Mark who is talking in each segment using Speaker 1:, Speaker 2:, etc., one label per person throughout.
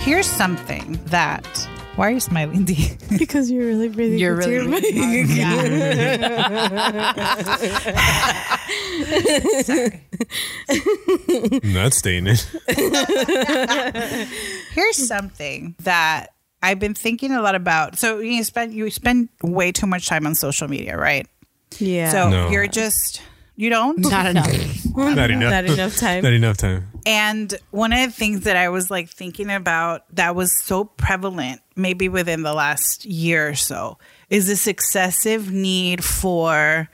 Speaker 1: Here's something that. Why are you smiling, Dee?
Speaker 2: Because you're really breathing.
Speaker 1: You're
Speaker 2: into
Speaker 1: really,
Speaker 2: your mic.
Speaker 1: really yeah.
Speaker 3: Not staying in.
Speaker 1: Here's something that I've been thinking a lot about. So you spend you spend way too much time on social media, right?
Speaker 2: Yeah.
Speaker 1: So
Speaker 3: No.
Speaker 1: you're just you don't.
Speaker 4: Not enough.
Speaker 3: Not enough.
Speaker 2: Not enough time.
Speaker 3: Not enough time.
Speaker 1: And one of the things that I was like thinking about that was so prevalent, maybe within the last year or so, is this excessive need for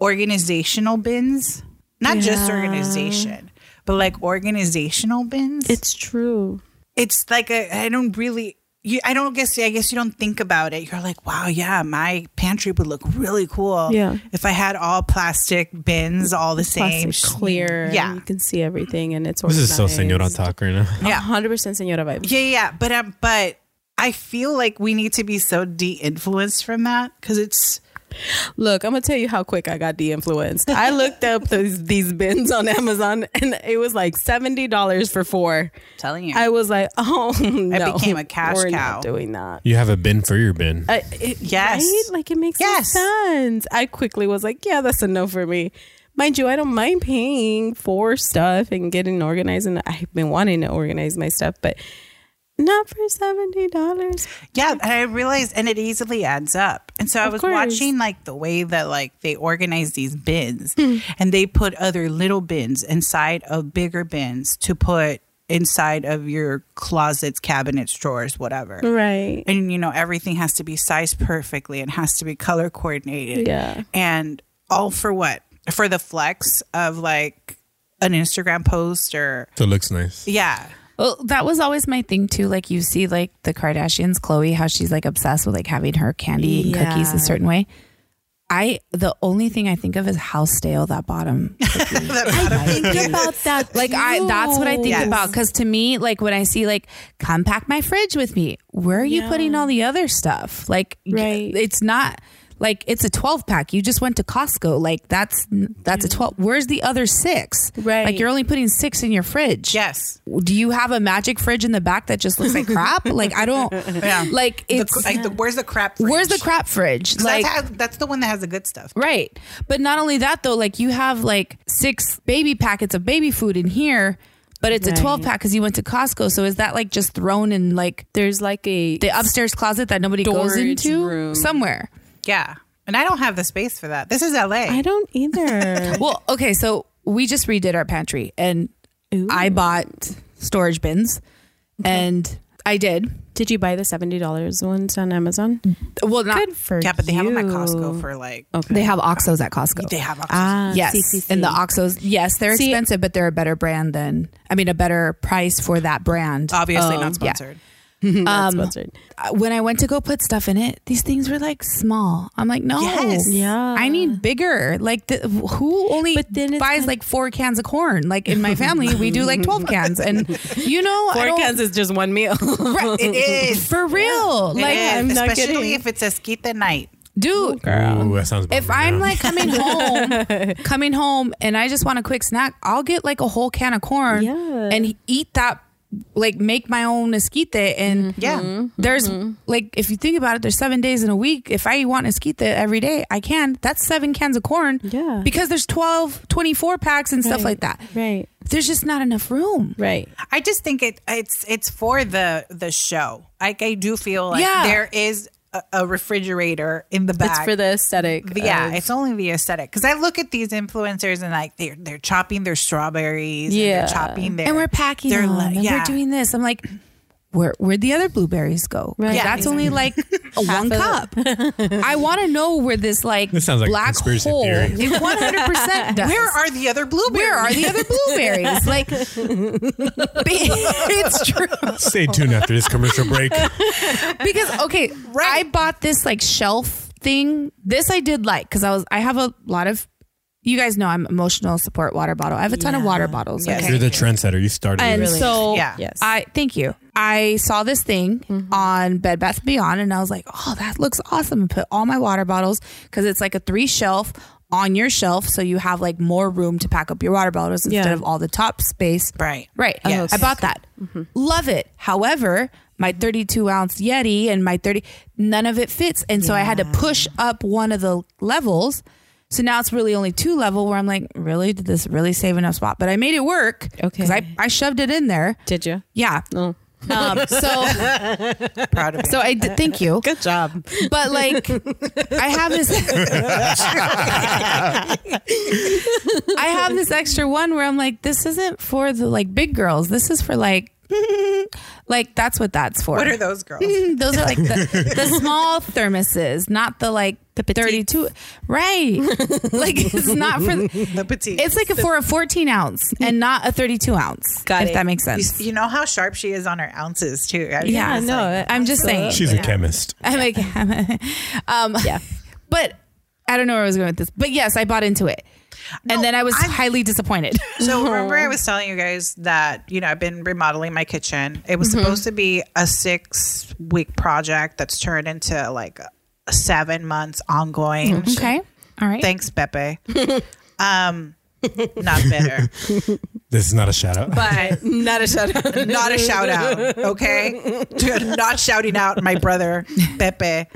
Speaker 1: organizational bins. Not just
Speaker 2: Yeah.
Speaker 1: organization, but like organizational bins.
Speaker 2: it's true.
Speaker 1: it's like a, I don't really. You, I don't guess. I guess you don't think about it. You're like, wow, yeah, my pantry would look really cool
Speaker 2: Yeah.
Speaker 1: if I had all plastic bins, all the same.
Speaker 2: Plastic clear. and
Speaker 1: Yeah.
Speaker 2: You can see everything, and it's
Speaker 3: This is so
Speaker 2: organized.
Speaker 3: senora talk right now.
Speaker 1: Yeah.
Speaker 2: hundred percent senora vibe.
Speaker 1: Yeah, yeah, yeah, but um, but I feel like we need to be so de-influenced from that because it's
Speaker 2: Look, I'm gonna tell you how quick I got de-influenced. I looked up those, these bins on Amazon, and it was like seventy dollars for four.
Speaker 1: telling you.
Speaker 2: I was like, oh no,
Speaker 1: became a cash
Speaker 2: we're
Speaker 1: cow.
Speaker 2: Not doing that.
Speaker 3: You have a bin for your bin.
Speaker 2: I, Uh, it,
Speaker 1: Yes.
Speaker 2: right? Like it makes no
Speaker 1: Yes.
Speaker 2: sense. I quickly was like, yeah, that's a no for me. Mind you, I don't mind paying for stuff and getting organized, and I've been wanting to organize my stuff, but not for seventy dollars.
Speaker 1: yeah, and I realized, and it easily adds up. And so I
Speaker 2: Of
Speaker 1: was
Speaker 2: course.
Speaker 1: watching like the way that like they organize these bins,
Speaker 2: Hmm.
Speaker 1: and they put other little bins inside of bigger bins to put inside of your closets, cabinets, drawers, whatever.
Speaker 2: Right.
Speaker 1: and you know everything has to be sized perfectly and has to be color coordinated
Speaker 2: Yeah.
Speaker 1: and all for what for the flex of like an instagram post or
Speaker 3: So it looks nice.
Speaker 1: yeah
Speaker 4: Well, that was always my thing too. Like you see, like the Kardashians, Chloe, how she's like obsessed with like having her candy and cookies
Speaker 2: Yeah.
Speaker 4: a certain way. I the only thing I think of is how stale that bottom. cookie
Speaker 2: Think about that.
Speaker 4: like I that's what I think
Speaker 1: Yes.
Speaker 4: about because to me, like when I see like come pack my fridge with me, where are you
Speaker 2: Yeah.
Speaker 4: putting all the other stuff? Like y-
Speaker 2: Right.
Speaker 4: it's not like it's a 12 pack. You just went to Costco. Like that's that's a 12. Where's the other six?
Speaker 2: Right.
Speaker 4: Like you're only putting six in your fridge
Speaker 1: yes
Speaker 4: do you have a magic fridge in the back that just looks like crap? like I don't
Speaker 1: Yeah.
Speaker 4: like
Speaker 1: the,
Speaker 4: it's
Speaker 1: like the, where's the crap fridge?
Speaker 4: where's the crap fridge?
Speaker 1: 'Cause
Speaker 4: Like
Speaker 1: that's, how- that's the one that has the good stuff
Speaker 4: right. But not only that though, like you have like six baby packets of baby food in here, but it's
Speaker 2: Right.
Speaker 4: a 12 pack cuz you went to Costco. So is that like just thrown in like
Speaker 2: There's like a
Speaker 4: the upstairs closet that nobody goes
Speaker 2: Storage
Speaker 4: into
Speaker 2: room.
Speaker 4: somewhere?
Speaker 1: yeah and i don't have the space for that this is la
Speaker 2: I don't either.
Speaker 4: Well, okay, so we just redid our pantry and I bought storage bins and I did.
Speaker 2: Did you buy the seventy dollars ones on Amazon?
Speaker 4: Well, not
Speaker 2: Good for
Speaker 1: yeah but they have them at
Speaker 2: you.
Speaker 1: costco for like
Speaker 4: they have Oxos at Costco.
Speaker 1: they have
Speaker 2: Ah,
Speaker 4: Yes,
Speaker 2: CCC.
Speaker 4: and the Oxos. Yes, they're
Speaker 2: See-
Speaker 4: expensive, but they're a better brand than. I mean, a better price for that brand.
Speaker 1: obviously
Speaker 4: Um,
Speaker 1: not
Speaker 4: yeah.
Speaker 1: sponsored
Speaker 2: That's sponsored.
Speaker 4: Uh, When I went to go put stuff in it, these things were like small. I'm like, no,
Speaker 1: Yes.
Speaker 2: Yeah.
Speaker 4: I need bigger. Like, the, who only
Speaker 2: But then it's
Speaker 4: buys
Speaker 2: kind-
Speaker 4: like four cans of corn? Like in my family, we do like twelve cans, and you know, I
Speaker 2: Four
Speaker 4: don't-
Speaker 2: cans is just one meal.
Speaker 4: Right.
Speaker 1: it is
Speaker 4: for real.
Speaker 1: It
Speaker 4: Like,
Speaker 1: is,
Speaker 2: I'm not
Speaker 1: especially
Speaker 2: kidding.
Speaker 1: if it's esquite night
Speaker 4: dude,
Speaker 3: Ooh, that sounds.
Speaker 4: If
Speaker 3: bomb right
Speaker 4: I'm
Speaker 3: now.
Speaker 4: like coming home, coming home, and I just want a quick snack, I'll get like a whole can of corn
Speaker 2: Yeah.
Speaker 4: and eat that. Like make my own esquite, and
Speaker 2: Mm-hmm.
Speaker 1: yeah
Speaker 4: there's like if you think about it, there's seven days in a week. If I want esquite every day, I can. That's seven cans of corn.
Speaker 2: Yeah.
Speaker 4: because there's 12, 24 packs and stuff
Speaker 2: Right.
Speaker 4: like that.
Speaker 2: right.
Speaker 4: There's just not enough room.
Speaker 2: Right.
Speaker 1: I just think it it's it's for the the show. Like I do feel like
Speaker 4: Yeah.
Speaker 1: there is a, a refrigerator in the back.
Speaker 2: It's for the aesthetic.
Speaker 1: yeah,
Speaker 2: of-
Speaker 1: it's only the aesthetic. Because I look at these influencers and like they're they're chopping their strawberries.
Speaker 2: Yeah.
Speaker 1: and they're chopping their
Speaker 4: And we're packing
Speaker 1: their
Speaker 4: them.
Speaker 1: le-
Speaker 4: and
Speaker 1: yeah.
Speaker 4: we're doing this. I'm like. Where where'd the other blueberries go? 'Cause
Speaker 2: Right.
Speaker 1: Yeah,
Speaker 4: that's only like a one cup. I want to know where this like
Speaker 3: This sounds like
Speaker 4: black
Speaker 3: conspiracy
Speaker 4: hole
Speaker 3: theory.
Speaker 4: is one hundred percent.
Speaker 1: Where are the other blueberries?
Speaker 4: where are the other blueberries? Like, it's true.
Speaker 3: stay tuned after this commercial break.
Speaker 4: because okay, I bought this like shelf thing. This I did like because I was I have a lot of you guys know I'm emotional support water bottle. I have a ton of water bottles.
Speaker 1: Yes.
Speaker 4: Okay.
Speaker 3: You're the trendsetter. You started.
Speaker 4: And
Speaker 3: this.
Speaker 4: so
Speaker 1: Yeah.
Speaker 2: Yes.
Speaker 4: I thank you. I saw this thing on Bed Bath and Beyond and I was like, "Oh, that looks awesome." And put all my water bottles cuz it's like a three shelf on your shelf so you have like more room to pack up your water bottles instead
Speaker 2: Yeah.
Speaker 4: of all the top space.
Speaker 1: Right.
Speaker 4: Right.
Speaker 1: Yes.
Speaker 4: I bought that. Love it. However, my 32 ounce Yeti and my 30, none of it fits. And so I had to push up one of the levels. So now it's really only two level where I'm like, really? Did this really save enough spot? But I made it work. Because I,
Speaker 2: Okay.
Speaker 4: I shoved it in there.
Speaker 2: Did you?
Speaker 4: Yeah.
Speaker 2: No.
Speaker 4: Um, so,
Speaker 1: Proud of you.
Speaker 4: so I did, thank you.
Speaker 2: Good job.
Speaker 4: But like, I have this, I have this extra one where I'm like, this isn't for the like big girls. This is for like, like that's what that's for.
Speaker 1: What are those girls?
Speaker 4: Those are like the, the small thermoses, not the like the 32. Right. Like it's not for,
Speaker 1: The petite.
Speaker 4: it's like for a 14 ounce and not a 32 ounce.
Speaker 2: Got
Speaker 4: if
Speaker 2: it.
Speaker 4: that makes
Speaker 1: You,
Speaker 4: sense.
Speaker 1: you know how sharp she is on her ounces too. I mean,
Speaker 4: Yeah,
Speaker 1: it's
Speaker 2: no,
Speaker 1: like-
Speaker 4: I'm just saying.
Speaker 3: She's a chemist.
Speaker 4: I'm like, um,
Speaker 2: Yeah.
Speaker 4: but I don't know where I was going with this. But yes, I bought into it. And
Speaker 1: No,
Speaker 4: then I was
Speaker 1: I'm-
Speaker 4: highly disappointed.
Speaker 1: So remember,
Speaker 4: Mm-hmm.
Speaker 1: I was telling you guys that you know I've been remodeling my kitchen. It
Speaker 4: Mm-hmm.
Speaker 1: was supposed to be a six week project that's turned into like a seven months ongoing.
Speaker 4: okay. All right.
Speaker 1: Thanks, Pepe. um, not bitter,
Speaker 3: This is not a shout out.
Speaker 1: but
Speaker 2: Not a shout out.
Speaker 1: not a shout out. Okay, not shouting out my brother Pepe,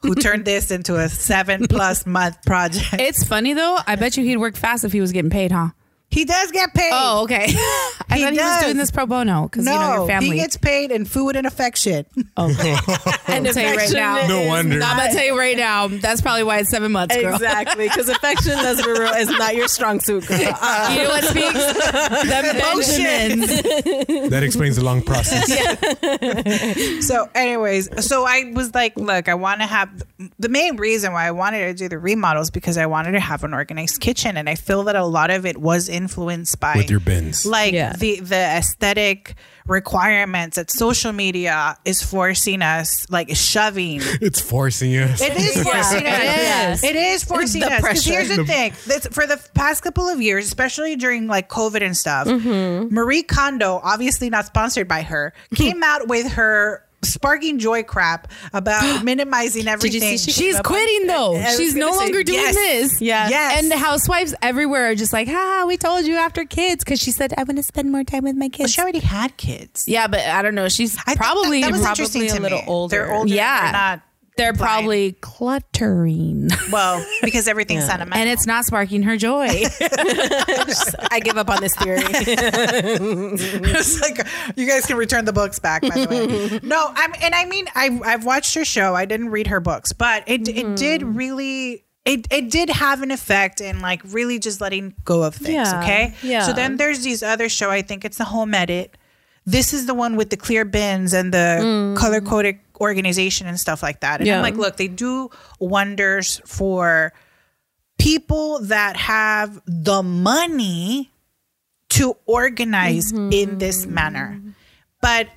Speaker 1: who turned this into a seven plus month project.
Speaker 4: it's funny though. I bet you he'd work fast if he was getting paid, huh?
Speaker 1: He does get paid.
Speaker 4: Oh, okay. I
Speaker 1: He
Speaker 4: thought he was
Speaker 1: does.
Speaker 4: doing this pro bono because
Speaker 1: No,
Speaker 4: you know your family.
Speaker 1: he gets paid in food and affection.
Speaker 4: and I'll tell you right now.
Speaker 3: No wonder.
Speaker 4: I'm gonna tell you right now. That's probably why it's seven months, girl.
Speaker 2: Exactly, because affection, let's be real, is not your strong suit, girl. Uh,
Speaker 4: You know what speaks? the Benjamins.
Speaker 3: That explains the long process.
Speaker 1: So, anyways, so I was like, look, I want to have the main reason why I wanted to do the remodels because I wanted to have an organized kitchen, and I feel that a lot of it was influenced by
Speaker 3: With your bins.
Speaker 1: like
Speaker 2: Yeah.
Speaker 1: the the aesthetic requirements that social media is forcing us, like shoving.
Speaker 3: It's forcing you.
Speaker 1: It is forcing
Speaker 4: Yeah,
Speaker 1: us.
Speaker 4: it is.
Speaker 1: It is forcing
Speaker 2: The
Speaker 1: us. 'Cause
Speaker 2: pressure.
Speaker 1: here's the thing: this, for the past couple of years, especially during like COVID and stuff,
Speaker 4: Mm-hmm.
Speaker 1: Marie Kondo, obviously not sponsored by her, came out with her sparking joy crap about minimizing everything.
Speaker 2: she-
Speaker 4: She's quitting though.
Speaker 1: was
Speaker 4: She's no
Speaker 1: gonna say,
Speaker 4: longer doing
Speaker 1: yes.
Speaker 4: this.
Speaker 2: Yeah.
Speaker 1: Yes.
Speaker 4: And the housewives everywhere are just like, ha, we told you after kids because she said I want to spend more time with my kids.
Speaker 1: she already had kids.
Speaker 4: yeah, but I don't know. She's
Speaker 1: I think
Speaker 4: probably
Speaker 1: that, that was
Speaker 4: probably
Speaker 1: interesting
Speaker 4: a
Speaker 1: to
Speaker 4: little
Speaker 1: me.
Speaker 4: older.
Speaker 1: They're older.
Speaker 4: Yeah.
Speaker 1: They're not
Speaker 4: They're
Speaker 1: fine.
Speaker 4: probably cluttering,
Speaker 1: well because everything's sentimental.
Speaker 4: and it's not sparking her joy.
Speaker 2: I give up on this theory.
Speaker 1: it's like you guys can return the books back by the way no i'm and i mean i've, I've watched her show i didn't read her books but it
Speaker 2: Mm-hmm.
Speaker 1: it did really it, it did have an effect in like really just letting go of things
Speaker 2: Yeah,
Speaker 1: okay
Speaker 2: yeah.
Speaker 1: so then there's these other show i think it's the home edit this is the one with the clear bins and the color coded organization and stuff like that and
Speaker 2: Mm. Yeah.
Speaker 1: i'm like look they do wonders for people that have the money to organize in
Speaker 2: Mm-hmm.
Speaker 1: this manner but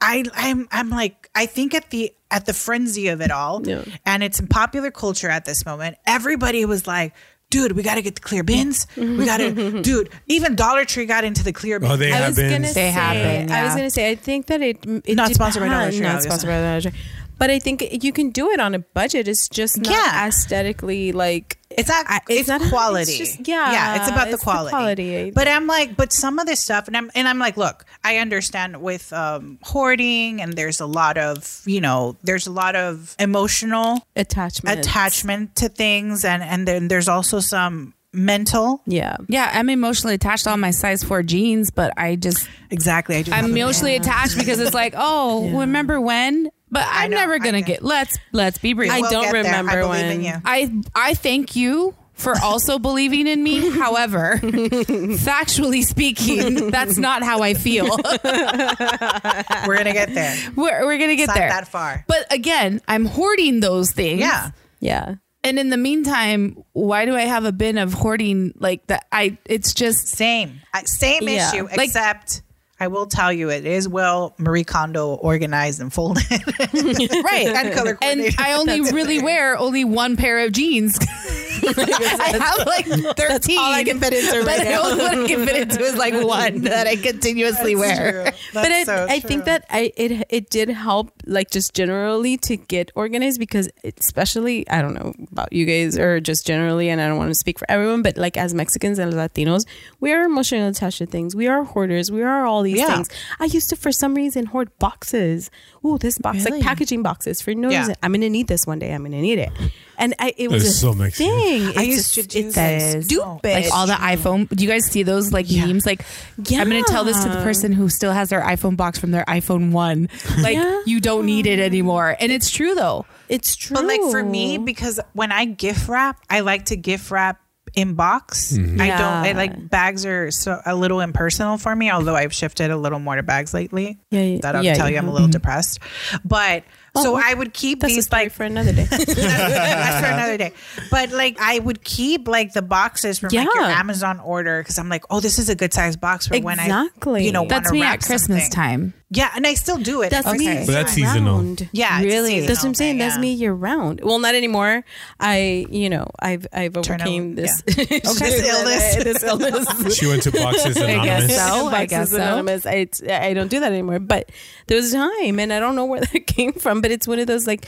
Speaker 1: i i'm i'm like i think at the at the frenzy of it all
Speaker 2: Yeah.
Speaker 1: and it's in popular culture at this moment everybody was like dude we got to get the clear bins we got to dude even dollar tree got into the clear bins
Speaker 3: Oh, they
Speaker 2: I
Speaker 3: have
Speaker 2: was gonna
Speaker 3: bins.
Speaker 2: say.
Speaker 4: happen,
Speaker 2: I was
Speaker 4: yeah.
Speaker 2: gonna say. I think that it. it
Speaker 1: Not sponsored by Dollar
Speaker 2: depends-
Speaker 1: Tree,
Speaker 2: Not
Speaker 1: obviously.
Speaker 2: sponsored by Dollar Tree. But I think you can do it on a budget. It's just not
Speaker 1: Yeah.
Speaker 2: aesthetically like.
Speaker 1: It's not.
Speaker 2: I-
Speaker 1: It's,
Speaker 2: it's not-
Speaker 1: quality.
Speaker 2: it's just- yeah,
Speaker 1: yeah. It's about the
Speaker 2: it's the
Speaker 1: quality.
Speaker 2: quality.
Speaker 1: But I'm like, but some of this stuff, and I'm and I'm like, look, I understand with um, hoarding, and there's a lot of you know, there's a lot of emotional
Speaker 2: Attachment.
Speaker 1: attachment to things, and and then there's also some mental.
Speaker 2: Yeah.
Speaker 4: yeah, I'm emotionally attached to all my size four jeans, but I just
Speaker 1: Exactly. I do.
Speaker 4: I'm
Speaker 1: have a-
Speaker 4: emotionally attached because it's like, oh, remember when? But I'm
Speaker 1: know,
Speaker 4: never
Speaker 1: I
Speaker 4: gonna
Speaker 1: get-
Speaker 4: get. Let's let's be real.
Speaker 2: I
Speaker 1: We'll
Speaker 2: don't
Speaker 1: get there.
Speaker 2: remember
Speaker 1: I believe
Speaker 2: when-
Speaker 1: in you.
Speaker 4: I I thank you for also believing in me. However, factually speaking, that's not how I feel.
Speaker 1: We're gonna get there.
Speaker 4: We're, we're gonna get
Speaker 1: It's not
Speaker 4: there
Speaker 1: that far.
Speaker 4: But again, I'm hoarding those things.
Speaker 1: Yeah.
Speaker 2: Yeah.
Speaker 4: And in the meantime, why do I have a bin of hoarding like that? I it's just
Speaker 1: Same. I- Same
Speaker 2: Yeah.
Speaker 1: issue.
Speaker 4: Like-
Speaker 1: except I will tell you, it is well Marie Kondo organized and folded.
Speaker 4: right
Speaker 1: And color
Speaker 4: And
Speaker 1: coordinated.
Speaker 4: I only really wear only one pair of jeans I have like 13.
Speaker 2: all I can fit into
Speaker 4: but
Speaker 2: right
Speaker 4: the
Speaker 2: now.
Speaker 4: only one I can fit into is like one that I continuously wear.
Speaker 2: but it, I think that I it it did help like just generally to get organized because it- especially I don't know about you guys or just generally and I don't want to speak for everyone but like as Mexicans and Latinos we are emotionally attached to things we are hoarders we are all these
Speaker 1: Yeah.
Speaker 2: things I used to for some reason hoard boxes oh this box
Speaker 4: Really?
Speaker 2: like packaging boxes for no
Speaker 1: Yeah.
Speaker 2: reason I'm gonna need this one day I'm gonna need it and I it was
Speaker 3: is
Speaker 2: a
Speaker 3: so Mexican.
Speaker 2: thing
Speaker 1: I used
Speaker 2: It's
Speaker 1: to
Speaker 2: just-
Speaker 1: do
Speaker 2: it's
Speaker 1: that.
Speaker 2: stupid
Speaker 4: Like all the iPhone. Do you guys see those like memes? Like, I'm going to tell this to the
Speaker 2: Yeah.
Speaker 4: person who still has their iPhone box from their iPhone 1. Like,
Speaker 2: Yeah. Oh.
Speaker 4: you don't need it anymore. And it's true though.
Speaker 2: it's true
Speaker 1: But like for me, because when I gift wrap, I like to gift wrap in box.
Speaker 3: Mm-hmm.
Speaker 1: I don't. I
Speaker 2: Yeah.
Speaker 1: like bags are so a little impersonal for me. Although I've shifted a little more to bags lately.
Speaker 2: Yeah, yeah,
Speaker 1: That'll
Speaker 2: yeah,
Speaker 1: tell
Speaker 2: you
Speaker 1: you I'm a little depressed. But so
Speaker 2: Oh,
Speaker 1: I would keep
Speaker 2: that's a
Speaker 1: these
Speaker 2: story
Speaker 1: like
Speaker 2: for another day
Speaker 1: that's for another day. But like I would keep like the boxes from like your
Speaker 2: Yeah.
Speaker 1: Amazon order because I'm like, oh, this is a good size box for when I
Speaker 2: Exactly.
Speaker 1: you know
Speaker 4: That's
Speaker 1: wanna
Speaker 4: me
Speaker 1: wrap
Speaker 4: at Christmas
Speaker 1: something.
Speaker 4: time.
Speaker 1: Yeah, and I still do it.
Speaker 2: That's
Speaker 1: every
Speaker 2: me.
Speaker 1: Christmas
Speaker 3: But that's
Speaker 1: time.
Speaker 3: season. seasonal.
Speaker 1: Yeah, it's
Speaker 4: Really?
Speaker 1: seasonal
Speaker 2: That's what I'm saying.
Speaker 1: thing,
Speaker 2: That's
Speaker 1: yeah.
Speaker 2: me year round. Well, not anymore. I, you know, I've I've
Speaker 1: Turn out-
Speaker 2: overcame this,
Speaker 1: This illness.
Speaker 2: this illness.
Speaker 3: She went to Boxes
Speaker 4: I
Speaker 3: Anonymous.
Speaker 4: guess so. I
Speaker 2: Boxes
Speaker 4: guess so.
Speaker 2: Anonymous. I, it's- I don't do that anymore. But there was a time, and I don't know where that came from. But it's one of those like,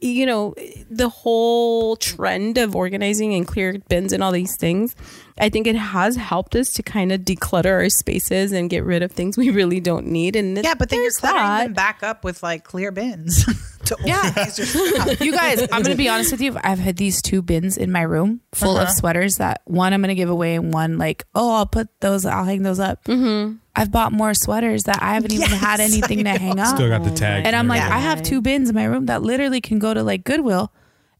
Speaker 2: you know, the whole trend of organizing and clear bins and all these things. I think it has helped us to kind of declutter our spaces and get rid of things we really don't need. And
Speaker 1: Yeah, but then you're
Speaker 2: there's
Speaker 1: cluttering
Speaker 2: that.
Speaker 1: them back up with like clear bins. to organize your stuff.
Speaker 4: you guys, I'm gonna be honest with you. I've had these two bins in my room full of sweaters that one I'm gonna give away and one like, oh, I'll put those, I'll hang those up. Mm-hmm. I've bought more sweaters that I haven't even had anything to hang up.
Speaker 3: Still got the tag.
Speaker 4: Oh, and I'm like, I
Speaker 3: everything.
Speaker 4: have two bins in my room that literally can go to like Goodwill,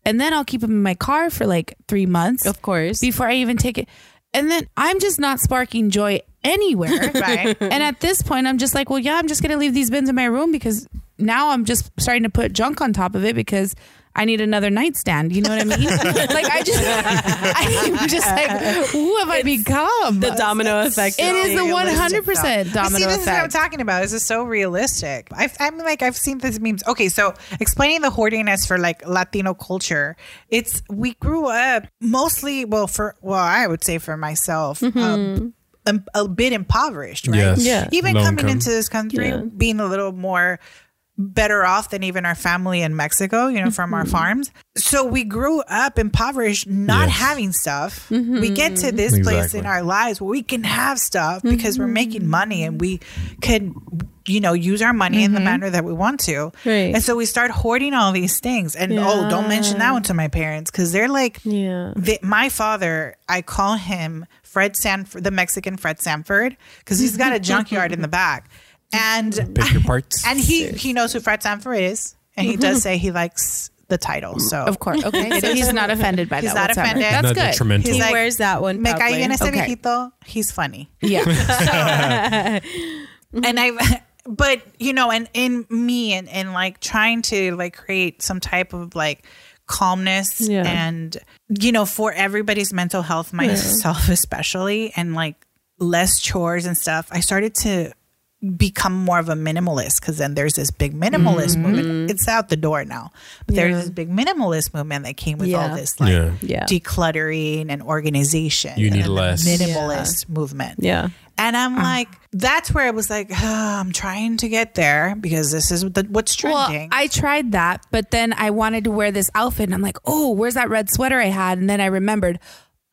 Speaker 4: and then I'll keep them in my car for like three months
Speaker 2: of course.
Speaker 4: before I even take it. And then I'm just not sparking joy anywhere.
Speaker 1: right.
Speaker 4: and at this point, I'm just like, well, yeah, I'm just gonna leave these bins in my room because now I'm just starting to put junk on top of it because I need another nightstand. You know what I mean? like I just, I'm just like, who have I become?
Speaker 2: the domino effect.
Speaker 4: it
Speaker 2: of
Speaker 4: is the
Speaker 2: being a
Speaker 1: Realistic, though.
Speaker 4: 100%
Speaker 1: But
Speaker 4: domino
Speaker 1: See, this is what I'm
Speaker 4: effect.
Speaker 1: talking about. This is so realistic. I've, I'm like, I've seen these memes. Okay, so explaining the hoardiness for like Latino culture, it's we grew up mostly, well, for well, I would say for myself,
Speaker 4: Mm-hmm.
Speaker 1: um, um, a, bit impoverished, right?
Speaker 3: Yes.
Speaker 2: Yeah.
Speaker 1: Even
Speaker 3: Low
Speaker 1: coming
Speaker 3: income.
Speaker 1: into this country,
Speaker 2: Yeah.
Speaker 1: being a little more better off than even our family in Mexico, you know, from
Speaker 4: Mm-hmm.
Speaker 1: our farms. So we grew up impoverished, not
Speaker 3: Yes.
Speaker 1: having stuff.
Speaker 4: Mm-hmm.
Speaker 1: We get to this place
Speaker 3: Exactly.
Speaker 1: in our lives where we can have stuff because we're
Speaker 4: Mm-hmm.
Speaker 1: making money and we can, you know, use our money in the
Speaker 4: Mm-hmm.
Speaker 1: manner that we want to.
Speaker 2: Right.
Speaker 1: And so we start hoarding all these things. And oh, don't mention that one to my parents because they're like,
Speaker 2: Yeah.
Speaker 1: the, my father, I call him Fred Sanford, the Mexican Fred Sanford, because he's got a junkyard in the back, and
Speaker 3: Pick your parts.
Speaker 1: and he he knows who Fred Sanford is, and he does say he likes the title. So
Speaker 4: Mm-hmm. Of course. Okay. So he's not offended by
Speaker 1: He's
Speaker 4: that.
Speaker 1: not
Speaker 4: whatsoever.
Speaker 1: offended.
Speaker 4: That's
Speaker 3: Not
Speaker 4: good.
Speaker 3: detrimental.
Speaker 1: He's
Speaker 2: He
Speaker 1: like,
Speaker 2: wears that one.
Speaker 1: me cae
Speaker 2: probably.
Speaker 1: bien ese
Speaker 4: Okay.
Speaker 1: viejito. He's funny.
Speaker 4: Yeah.
Speaker 1: and I've but you know and in me and and like trying to like create some type of like calmness
Speaker 2: Yeah.
Speaker 1: and you know for everybody's mental health myself especially and like less chores and stuff I started to become more of a minimalist because then there's this big minimalist
Speaker 2: Mm-hmm.
Speaker 1: movement it's out the door now but there's this big minimalist movement that came with all
Speaker 2: Yeah.
Speaker 1: this like
Speaker 3: Yeah.
Speaker 2: Yeah.
Speaker 1: decluttering and organization
Speaker 3: You
Speaker 1: and
Speaker 3: need
Speaker 1: then the
Speaker 3: less.
Speaker 1: minimalist movement
Speaker 2: Yeah.
Speaker 1: and I'm
Speaker 4: Uh.
Speaker 1: like, that's where I was like, "Ah, I'm trying to get there because this is the, what's
Speaker 4: Well,
Speaker 1: trending.
Speaker 4: I tried that, but then I wanted to wear this outfit and I'm like, oh, where's that red sweater I had? And then I remembered,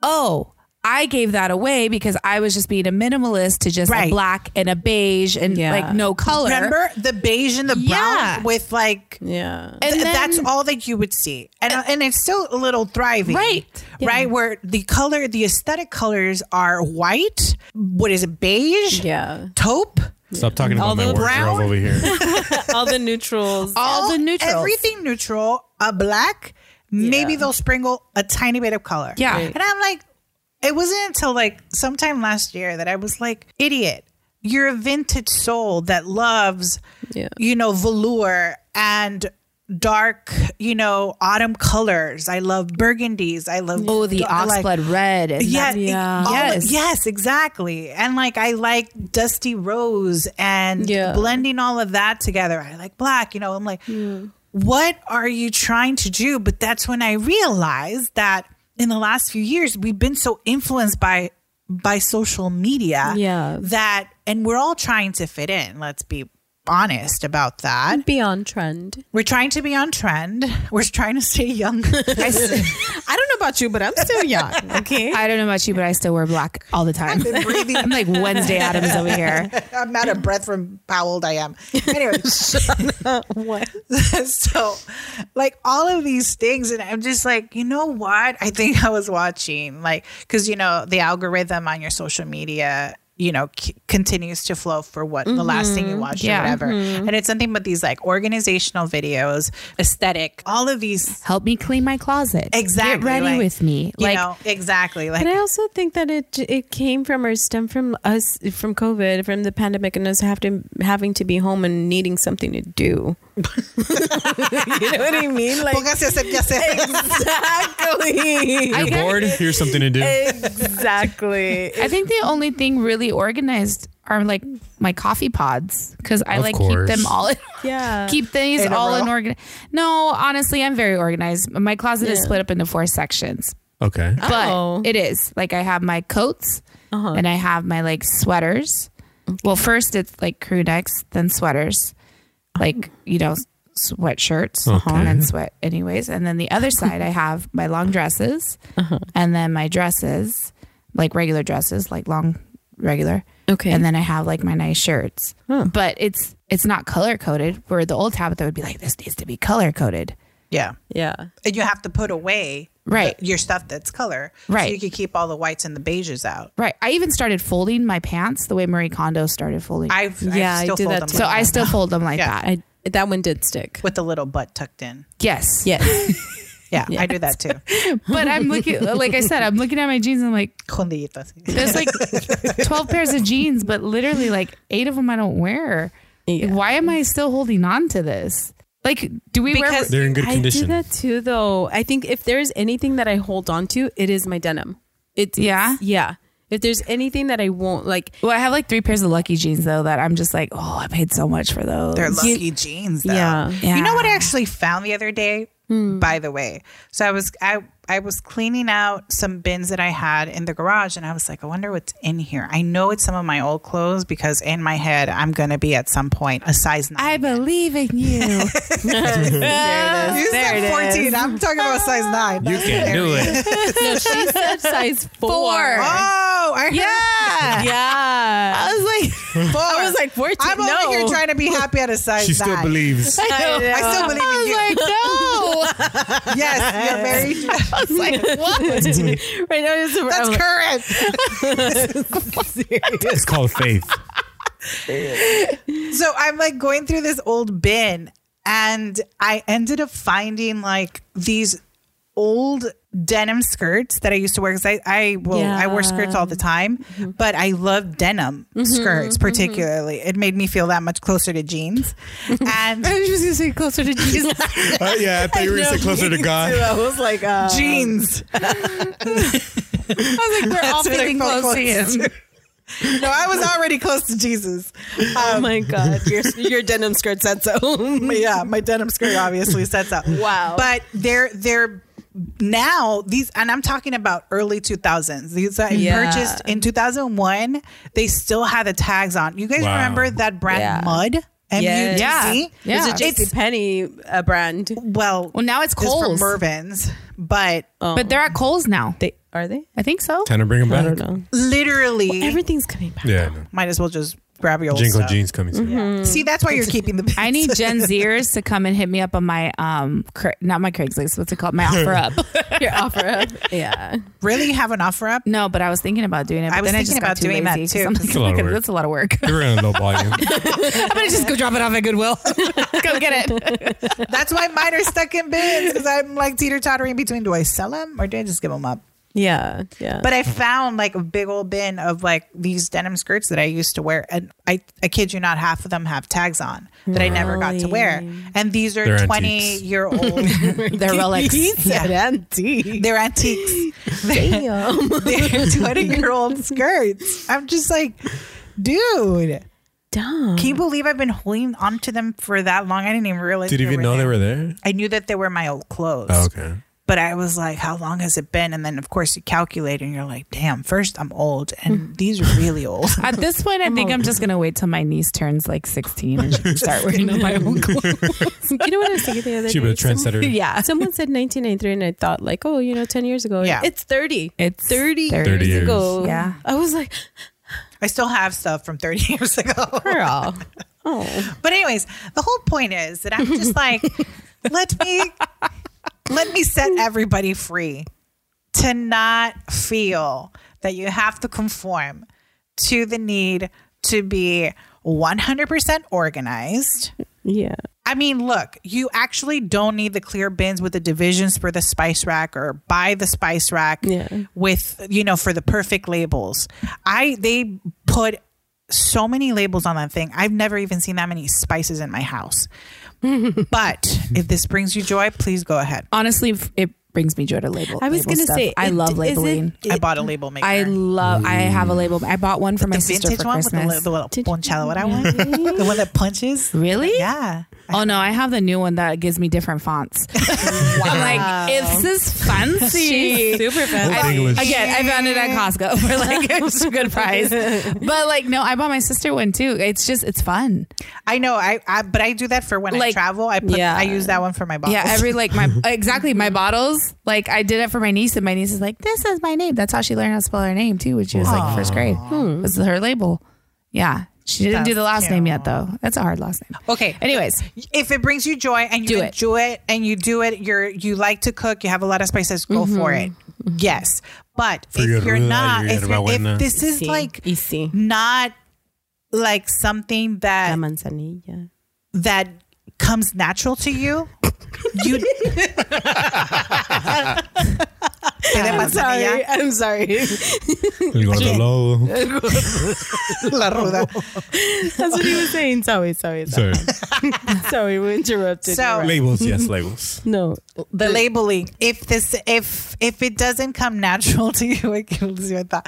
Speaker 4: oh, I gave that away because I was just being a minimalist to just
Speaker 1: Right.
Speaker 4: a black and a beige and
Speaker 2: Yeah.
Speaker 4: like no color.
Speaker 1: Remember the beige and the brown
Speaker 4: Yeah.
Speaker 1: with like,
Speaker 2: Yeah.
Speaker 4: And
Speaker 1: th-
Speaker 4: then- Uh,
Speaker 1: that's all that you would see. And, and it's still a little thriving.
Speaker 4: Right.
Speaker 1: Right. Where the color, the aesthetic colors are white, what is it, beige,
Speaker 2: Yeah.
Speaker 1: taupe,
Speaker 3: Stop talking about my
Speaker 2: Although
Speaker 3: wardrobe
Speaker 1: brown-
Speaker 3: over here.
Speaker 2: All the neutrals.
Speaker 4: All the neutrals.
Speaker 1: Everything neutral, a black, maybe they'll sprinkle a tiny bit of color.
Speaker 4: Yeah. Right.
Speaker 1: And I'm like, it wasn't until like sometime last year that I was like, idiot, you're a vintage soul that loves,
Speaker 2: Yeah.
Speaker 1: you know, velour and dark, you know, autumn colors. I love burgundies. I love
Speaker 4: Oh, the
Speaker 1: like-
Speaker 4: oxblood red. And
Speaker 1: yeah,
Speaker 4: that- uh,
Speaker 1: yeah. yes,
Speaker 4: Yes.
Speaker 1: yes, exactly. And like I like dusty rose and
Speaker 2: Yeah.
Speaker 1: blending all of that together. I like black, you know. I'm like, what are you trying to do? But that's when I realized that in the last few years we've been so influenced by by social media
Speaker 2: Yeah.
Speaker 1: that and we're all trying to fit in let's be honest about that
Speaker 2: Be on trend.
Speaker 1: we're trying to be on trend we're trying to stay young
Speaker 4: I, s-
Speaker 2: I don't know about you, but I'm still young. Okay.
Speaker 4: I don't know about you, but I still wear black all the time. I'm like Wednesday Adams over here.
Speaker 1: i'm out of breath from how old i am anyway
Speaker 2: what?
Speaker 1: so like all of these things and i'm just like you know what i think i was watching like because you know the algorithm on your social media you know c- continues to flow for what the last thing you watch
Speaker 4: Mm-hmm. Yeah. mm-hmm.
Speaker 1: or whatever and it's something but these like organizational videos aesthetic all of these
Speaker 4: Help me clean my closet.
Speaker 1: exactly
Speaker 4: Get ready
Speaker 1: like,
Speaker 4: with me.
Speaker 1: you
Speaker 4: Like
Speaker 1: know exactly like
Speaker 2: But I also think that it it came from or stemmed from us from COVID, from the pandemic, and us have to, having to be home and needing something to do. you know what I mean? Like
Speaker 1: Póngase a hacer- ya sé.
Speaker 2: exactly,
Speaker 4: I
Speaker 3: You're
Speaker 4: guess-
Speaker 3: bored? Here's something to do.
Speaker 2: exactly.
Speaker 4: I think the only thing really organized are like my coffee pods because I
Speaker 3: Of
Speaker 4: like
Speaker 3: course.
Speaker 4: keep them all.
Speaker 2: Yeah.
Speaker 4: keep things
Speaker 1: In a
Speaker 4: all
Speaker 1: row?
Speaker 4: in organ. No, honestly, I'm very organized. My closet is
Speaker 2: Yeah.
Speaker 4: split up into four sections,
Speaker 3: Okay.
Speaker 4: but
Speaker 2: Oh. Uh-huh.
Speaker 4: it is like I have my coats and I have my like sweaters. Well, first it's like crew necks, then sweaters,
Speaker 2: Uh-huh.
Speaker 4: like you know sweatshirts
Speaker 3: Okay.
Speaker 4: on and sweat anyways and then the other side i have my long dresses
Speaker 2: Uh-huh.
Speaker 4: and then my dresses like regular dresses like long regular
Speaker 2: okay.
Speaker 4: and then I have like my nice shirts. But it's it's not color coded. Where the old Tabitha would be like, this needs to be color coded.
Speaker 1: yeah
Speaker 2: yeah.
Speaker 1: and you have to put away
Speaker 4: Right.
Speaker 1: the- your stuff that's color
Speaker 4: Right.
Speaker 1: so you can keep all the whites and the beiges out
Speaker 4: Right. I even started folding my pants the way Marie Kondo started folding.
Speaker 1: i've
Speaker 2: Yeah,
Speaker 1: i
Speaker 2: I
Speaker 1: still
Speaker 2: do
Speaker 1: fold
Speaker 2: that
Speaker 1: them
Speaker 2: too.
Speaker 4: so
Speaker 1: like
Speaker 4: I
Speaker 1: that.
Speaker 4: still fold them like
Speaker 1: Yeah.
Speaker 4: that.
Speaker 2: I that one did stick.
Speaker 1: with the little butt tucked in
Speaker 4: Yes.
Speaker 2: Yes.
Speaker 1: Yeah, I do that too.
Speaker 4: But I'm looking, like I said, I'm looking at my jeans. And I'm like,
Speaker 1: Condillito, sí.
Speaker 4: there's like 12 pairs of jeans, but literally like eight of them I don't wear.
Speaker 2: Yeah.
Speaker 4: Why am I still holding on to this? Like, do we wear?
Speaker 1: Because-
Speaker 3: They're in good
Speaker 2: I do
Speaker 3: condition.
Speaker 2: that too, though. I think if there is anything that I hold on to, it is my denim. It's
Speaker 4: Yeah.
Speaker 2: yeah. If there's anything that I won't like,
Speaker 4: Well, I have like three pairs of lucky jeans though that I'm just like, oh, I paid so much for those.
Speaker 1: They're lucky jeans, though.
Speaker 2: Yeah. Hmm.
Speaker 1: You know what I
Speaker 4: Yeah.
Speaker 1: actually found the other day? By the way, so I was I I was cleaning out some bins that I had in the garage, and I was like, I wonder what's in here. I know it's some of my old clothes because in my head I'm gonna be at some point a size nine.
Speaker 4: I believe in you.
Speaker 2: there it
Speaker 1: you
Speaker 2: is. Oh, There
Speaker 1: said
Speaker 2: it is.
Speaker 1: fourteen. I'm talking about size nine.
Speaker 3: You can do it.
Speaker 2: No, she said size four.
Speaker 4: Four.
Speaker 1: Oh, I heard
Speaker 4: yeah.
Speaker 2: Yeah.
Speaker 4: I was like,
Speaker 1: four.
Speaker 2: I was like 14.
Speaker 1: I'm
Speaker 2: no.
Speaker 1: over here trying to be happy at a size
Speaker 3: She still
Speaker 1: nine.
Speaker 3: believes.
Speaker 1: I still believe in you.
Speaker 4: I
Speaker 1: yes, you're very.
Speaker 4: was like, no. I was like, what?
Speaker 2: right now, it's
Speaker 1: That's
Speaker 2: I'm
Speaker 1: current.
Speaker 3: It's called faith.
Speaker 1: So I'm like going through this old bin and I ended up finding like these old denim skirts that I used to wear because I, I well I wore skirts all the time, but I love denim skirts particularly. It made me feel that much closer to jeans. and
Speaker 2: I was just gonna say closer to Jesus.
Speaker 3: Uh, yeah, I thought you were going to say closer to God.
Speaker 2: I was like, uh,
Speaker 1: jeans.
Speaker 4: I was like, we're all
Speaker 1: what I
Speaker 4: feeling
Speaker 1: felt
Speaker 4: close to
Speaker 1: close
Speaker 4: him.
Speaker 1: No, I was already close to Jesus.
Speaker 2: oh my god, your your denim skirt said so.
Speaker 1: But yeah, my denim skirt obviously sets up.
Speaker 2: Wow.
Speaker 1: But they're they're now these and I'm talking about early 2000s. These that I
Speaker 2: Yeah.
Speaker 1: purchased in 2001, they still had the tags on. You guys
Speaker 3: Wow.
Speaker 1: remember that brand
Speaker 2: Yeah.
Speaker 1: Mud? M U D
Speaker 2: Yes.
Speaker 1: C?
Speaker 4: Yeah.
Speaker 2: It's a
Speaker 1: It's-
Speaker 2: JC Penney uh, brand.
Speaker 1: Well,
Speaker 4: Well, now it's
Speaker 1: it's from
Speaker 4: Kohl's. Oh.
Speaker 1: Mervyn's, but
Speaker 4: But they're at Kohl's now.
Speaker 2: They are they?
Speaker 4: I think so.
Speaker 3: Time to bring him
Speaker 2: I
Speaker 3: back.
Speaker 2: don't know.
Speaker 1: literally,
Speaker 2: Everything's coming back.
Speaker 3: Yeah, I know.
Speaker 1: might as well just grab your old
Speaker 3: Jingle
Speaker 1: stuff. Mm-hmm.
Speaker 3: jeans coming soon.
Speaker 1: See, that's why you're keeping the.
Speaker 4: Mm. I need Gen Zers to come and hit me up on my um, Cra- not my Craigslist. What's it called? My offer up.
Speaker 2: Your offer up. Yeah.
Speaker 1: really have an offer up.
Speaker 4: No, but I was thinking about doing it. But
Speaker 1: I was
Speaker 4: then
Speaker 1: thinking
Speaker 4: I
Speaker 1: about
Speaker 4: just got too
Speaker 1: doing that,
Speaker 4: lazy 'cause
Speaker 1: too.
Speaker 4: I'm like,
Speaker 1: It's
Speaker 3: a lot of
Speaker 4: "Look,
Speaker 3: work."
Speaker 4: That's a lot of work.
Speaker 3: They were in a low volume.
Speaker 4: I'm gonna just go drop it off at Goodwill. go get it.
Speaker 1: That's why mine are stuck in bins because I'm like teeter tottering between do I sell them or do I just give them up?
Speaker 2: Yeah. Yeah.
Speaker 1: But I found like a big old bin of like these denim skirts that I used to wear, and I I kid you not, half of them have tags on that I never got to wear, and these are
Speaker 3: They're
Speaker 1: twenty
Speaker 3: antiques.
Speaker 1: year old.
Speaker 4: They're relics.
Speaker 1: Yeah,
Speaker 2: antique.
Speaker 1: they're antiques. They're
Speaker 2: Damn.
Speaker 1: twenty year old skirts. I'm just like, dude,
Speaker 2: Dumb.
Speaker 1: can you believe I've been holding onto them for that long? I didn't even realize.
Speaker 3: Did you even know they were there?
Speaker 1: I knew that they were my old clothes.
Speaker 3: Oh, okay.
Speaker 1: But I was like, how long has it been? And then, of course, you calculate and you're like, damn, first I'm old and these are really old.
Speaker 4: At this point, I think I'm just gonna wait till my niece turns like 16 and she can start wearing my own clothes.
Speaker 2: you know what I was thinking the other
Speaker 3: She
Speaker 2: day?
Speaker 3: was a
Speaker 2: Someone-
Speaker 3: trendsetter.
Speaker 4: Yeah,
Speaker 2: Someone said 1993, and I thought like, oh, you know, 10 years ago.
Speaker 1: Yeah.
Speaker 2: it's 30.
Speaker 4: it's
Speaker 2: 30,
Speaker 4: 30
Speaker 2: years,
Speaker 3: years.
Speaker 2: ago.
Speaker 4: Yeah.
Speaker 2: I was like,
Speaker 1: I still have stuff from 30 years ago.
Speaker 2: girl. Oh,
Speaker 1: But anyways, the whole point is that I'm just like, let me let me set everybody free to not feel that you have to conform to the need to be 100% organized.
Speaker 2: yeah.
Speaker 1: I mean, look, you actually don't need the clear bins with the divisions for the spice rack or buy the spice rack
Speaker 2: Yeah.
Speaker 1: with, you know, for the perfect labels. I they put so many labels on that thing. I've never even seen that many spices in my house. but if this brings you joy, please go ahead.
Speaker 4: honestly, f- it brings me joy to label.
Speaker 2: I was
Speaker 4: label
Speaker 2: gonna
Speaker 4: stuff.
Speaker 2: say,
Speaker 4: I
Speaker 2: it-
Speaker 4: love
Speaker 2: is it-
Speaker 4: labeling.
Speaker 1: I bought a label maker.
Speaker 4: I love. I have a label. I bought one for my
Speaker 1: the
Speaker 4: sister
Speaker 1: vintage
Speaker 4: for
Speaker 1: one
Speaker 4: Christmas.
Speaker 1: with the, li- the little
Speaker 2: Did
Speaker 1: ponchada,
Speaker 2: you
Speaker 1: what I want, the one that punches.
Speaker 4: really?
Speaker 1: Yeah.
Speaker 4: Oh no, I have the new one that gives me different fonts. I'm like, it's this fancy.
Speaker 2: Super fast.
Speaker 3: Old English.
Speaker 4: Again, I found it at Costco for like it was a good price. But like, no, I bought my sister one too. It's just it's fun.
Speaker 1: I know. I, I but I do that for when I
Speaker 4: Like-
Speaker 1: travel. I put
Speaker 2: Yeah.
Speaker 1: I use that one for my bottles.
Speaker 4: Yeah, every like my exactly my bottles. Like I did it for my niece, and my niece is like, "This is my name." That's how she learned how to spell her name too, when she was like first grade. This is her label. Yeah, she didn't do the
Speaker 1: That's
Speaker 4: last name
Speaker 1: cute.
Speaker 4: yet though. That's a hard last name.
Speaker 1: Okay.
Speaker 4: Anyways,
Speaker 1: if it brings you joy and you
Speaker 4: Do it.
Speaker 1: enjoy it. and you do it, you're you like to cook, you have a lot of spices, go
Speaker 4: Mm-hmm.
Speaker 1: for it. Yes, but if
Speaker 3: Figueruda,
Speaker 1: you're not,
Speaker 3: you're
Speaker 1: if,
Speaker 3: about
Speaker 1: you're,
Speaker 3: winner.
Speaker 1: if this is
Speaker 2: Sí,
Speaker 1: like
Speaker 2: y sí.
Speaker 1: not like something
Speaker 2: La
Speaker 1: that
Speaker 4: Um,
Speaker 2: manzanilla.
Speaker 1: that comes natural to you, you. ¿Qué le pasa a ella?
Speaker 2: I'm sorry.
Speaker 3: El gordo lobo.
Speaker 1: La ruda.
Speaker 2: That's what he was saying. Sorry, sorry, sorry.
Speaker 3: Sorry.
Speaker 2: sorry we interrupted.
Speaker 1: So-
Speaker 2: You're right.
Speaker 3: labels, yes, labels.
Speaker 2: no,
Speaker 1: the labeling if this if if it doesn't come natural to you it kills your thought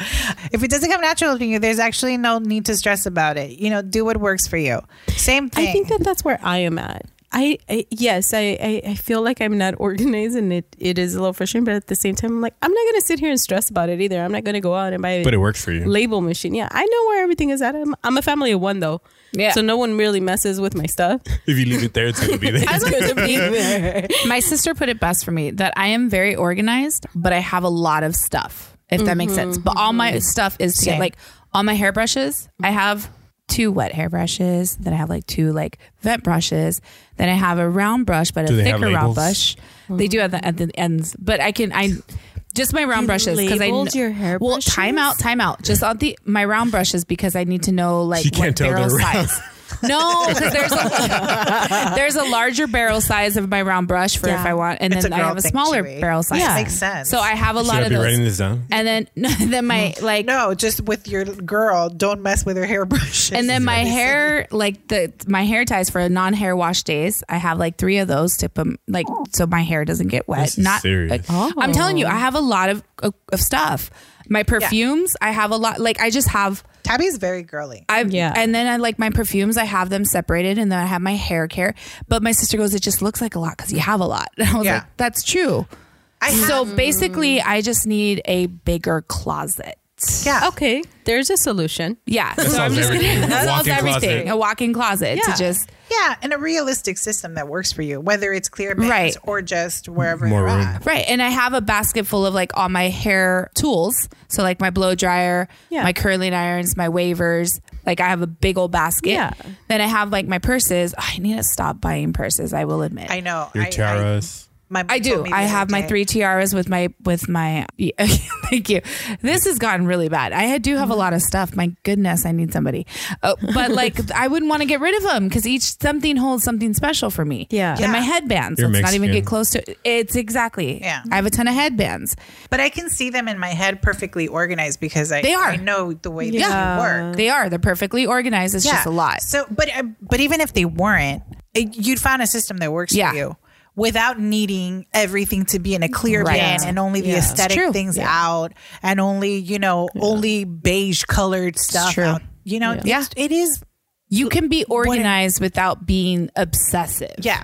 Speaker 1: if it doesn't come natural to you there's actually no need to stress about it you know do what works for you same thing
Speaker 2: I think that that's where I am at. I, I yes, I, I, I feel like I'm not organized and it, it is a little frustrating, but at the same time, I'm like, I'm not going to sit here and stress about it either. I'm not going to go out and buy
Speaker 3: But
Speaker 2: a
Speaker 3: it works for you.
Speaker 2: label machine. Yeah, I know where everything is at. I'm, I'm a family of one though.
Speaker 4: Yeah.
Speaker 2: So no one really messes with my stuff.
Speaker 3: If you leave it there, it's going to be there.
Speaker 2: It's going to be there.
Speaker 4: my sister put it best for me that I am very organized, but I have a lot of stuff. If that makes
Speaker 2: Mm-hmm.
Speaker 4: sense, but all my stuff is to get,
Speaker 1: Same.
Speaker 4: like all my hairbrushes. I have two wet hairbrushes. Then I have like two like vent brushes. Then I have a round brush, but
Speaker 3: Do
Speaker 4: a
Speaker 3: they have
Speaker 4: thicker round brush.
Speaker 3: labels?
Speaker 4: They do at the at the ends, but I can I just my round
Speaker 2: You
Speaker 4: brushes because I
Speaker 2: labeled your hair
Speaker 4: Well, time out, time out. Just on the my round brushes because I need to know like
Speaker 3: She can't
Speaker 4: what
Speaker 3: tell
Speaker 4: barrel
Speaker 3: they're round.
Speaker 4: size. No, because there's a, there's a larger barrel size of my round brush for if
Speaker 2: Yeah.
Speaker 4: I want, and
Speaker 1: It's
Speaker 4: then
Speaker 1: a
Speaker 4: I
Speaker 1: girl
Speaker 4: have a
Speaker 1: thing,
Speaker 4: smaller
Speaker 1: Chewy.
Speaker 4: barrel size.
Speaker 1: Yeah. Makes sense.
Speaker 4: So I have a
Speaker 3: Should
Speaker 4: lot
Speaker 3: I
Speaker 4: of
Speaker 3: be writing
Speaker 4: those.
Speaker 3: this down?
Speaker 4: And then then my like
Speaker 1: no just with your girl don't mess with her hairbrush
Speaker 4: and then my hair like the my hair ties for non hair wash days. I have like three of those to put like so my hair doesn't get wet.
Speaker 3: This is
Speaker 4: Not
Speaker 3: serious.
Speaker 4: like- I'm telling you, I have a lot of of, of stuff. My perfumes, I have a lot. Like I just have.
Speaker 1: tabby's very girly
Speaker 4: I yeah.
Speaker 2: Yeah.
Speaker 4: And then I like my perfumes. I have them separated, and then I have my hair care. But my sister goes, "It just looks like a lot because you have a lot." And I was
Speaker 1: Yeah.
Speaker 4: like, "That's true."
Speaker 1: I have,
Speaker 4: so basically, I just need a bigger closet.
Speaker 1: yeah
Speaker 2: Okay, there's a solution.
Speaker 4: Yeah. so
Speaker 3: solves
Speaker 4: I'm just
Speaker 3: everything.
Speaker 4: gonna
Speaker 3: A
Speaker 4: that solves
Speaker 3: walk-in
Speaker 4: everything.
Speaker 3: closet.
Speaker 4: A walk-in closet
Speaker 2: Yeah.
Speaker 4: to just
Speaker 1: yeah and a realistic system that works for you whether it's clear bins
Speaker 4: Right.
Speaker 1: or just wherever
Speaker 3: More
Speaker 1: you're
Speaker 3: room.
Speaker 1: at.
Speaker 4: right. And I have a basket full of like all my hair tools. So like my blow dryer,
Speaker 2: Yeah.
Speaker 4: my curling irons, my wavers. Like I have a big old basket.
Speaker 2: Yeah.
Speaker 4: Then I have like my purses. I need to stop buying purses. I will admit.
Speaker 1: i know
Speaker 3: Your
Speaker 1: I- I-
Speaker 3: tiaras.
Speaker 1: my mom
Speaker 4: I
Speaker 1: told
Speaker 4: do.
Speaker 1: me the
Speaker 4: I
Speaker 1: other
Speaker 4: have my
Speaker 1: day.
Speaker 4: three tiaras with my with my. thank you. This has gotten really bad. I do
Speaker 1: Mm-hmm.
Speaker 4: have a lot of stuff. My goodness, I need somebody. Uh, but like, I wouldn't want to get rid of them because each something holds something special for me.
Speaker 2: Yeah.
Speaker 4: And my
Speaker 1: Yeah.
Speaker 4: headbands.
Speaker 3: You're
Speaker 4: Let's not even
Speaker 3: Mexican.
Speaker 4: get close to. It's exactly.
Speaker 1: Yeah.
Speaker 4: I have a ton of headbands.
Speaker 1: But I can see them in my head perfectly organized because I
Speaker 4: They are.
Speaker 1: I know the way
Speaker 2: Yeah.
Speaker 1: they work.
Speaker 4: They are. They're perfectly organized. It's just a lot.
Speaker 1: So, but uh, but even if they weren't, it, you'd find a system that works
Speaker 4: Yeah.
Speaker 1: for you without needing everything to be in a clear
Speaker 4: Right.
Speaker 1: bin and only the
Speaker 2: Yeah. It's
Speaker 1: aesthetic
Speaker 4: true.
Speaker 1: things out and only you know only beige colored stuff
Speaker 4: true.
Speaker 1: out. You know,
Speaker 4: Yeah.
Speaker 1: it's- it is.
Speaker 4: You can be organized without being obsessive.
Speaker 1: Yeah.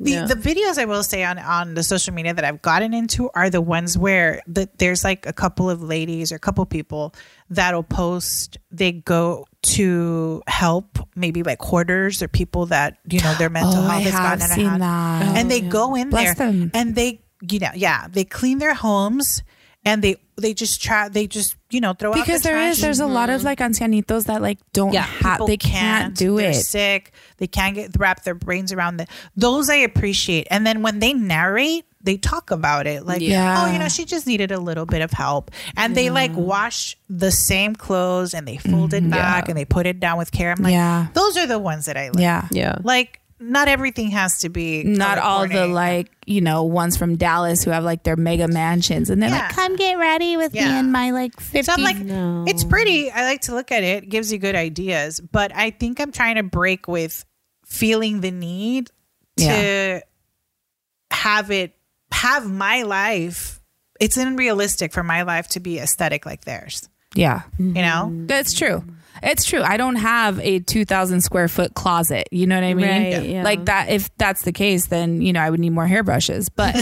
Speaker 1: The
Speaker 2: Yeah.
Speaker 1: the videos I will say on on the social media that I've gotten into are the ones where the, there's like a couple of ladies or a couple people that'll post they go to help maybe like hoarders or people that you know their mental
Speaker 4: Oh, I
Speaker 1: health has
Speaker 4: have
Speaker 1: gotten out of
Speaker 4: seen
Speaker 1: hand.
Speaker 4: that.
Speaker 1: and they go in
Speaker 4: Bless
Speaker 1: there
Speaker 4: them.
Speaker 1: and they you know yeah they clean their homes and they they just try they just you know throw out
Speaker 4: because
Speaker 1: their
Speaker 4: there
Speaker 1: trash
Speaker 4: is there's a lot of like ancianitos that like don't have
Speaker 1: people
Speaker 4: they can't, do
Speaker 1: they're
Speaker 4: it
Speaker 1: Sick. They can't get wrap their brains around it. Those I appreciate. And then when they narrate, they talk about it like,
Speaker 4: Yeah.
Speaker 1: oh, you know, she just needed a little bit of help. And they like wash the same clothes and they fold it back and they put it down with care. I'm like,
Speaker 4: Mm-hmm. Yeah.
Speaker 1: those are the ones that I like.
Speaker 4: yeah
Speaker 2: Yeah.
Speaker 1: Like, not everything has to be
Speaker 4: not
Speaker 1: color
Speaker 4: all the
Speaker 1: coordinated.
Speaker 4: like you know ones from Dallas who have like their mega mansions and they're
Speaker 1: Yeah.
Speaker 4: like come get ready with me
Speaker 1: Yeah.
Speaker 4: and my like 50
Speaker 1: So I'm like, it's pretty. I like to look at it. It gives you good ideas. But I think I'm trying to break with feeling the need to
Speaker 4: Yeah.
Speaker 1: have it, have my life. It's unrealistic for my life to be aesthetic like theirs,
Speaker 4: yeah
Speaker 1: you know?
Speaker 4: that's true it's true I don't have a 2000 square foot closet you know what I mean
Speaker 2: Right, yeah.
Speaker 4: like that if that's the case then you know I would need more hairbrushes but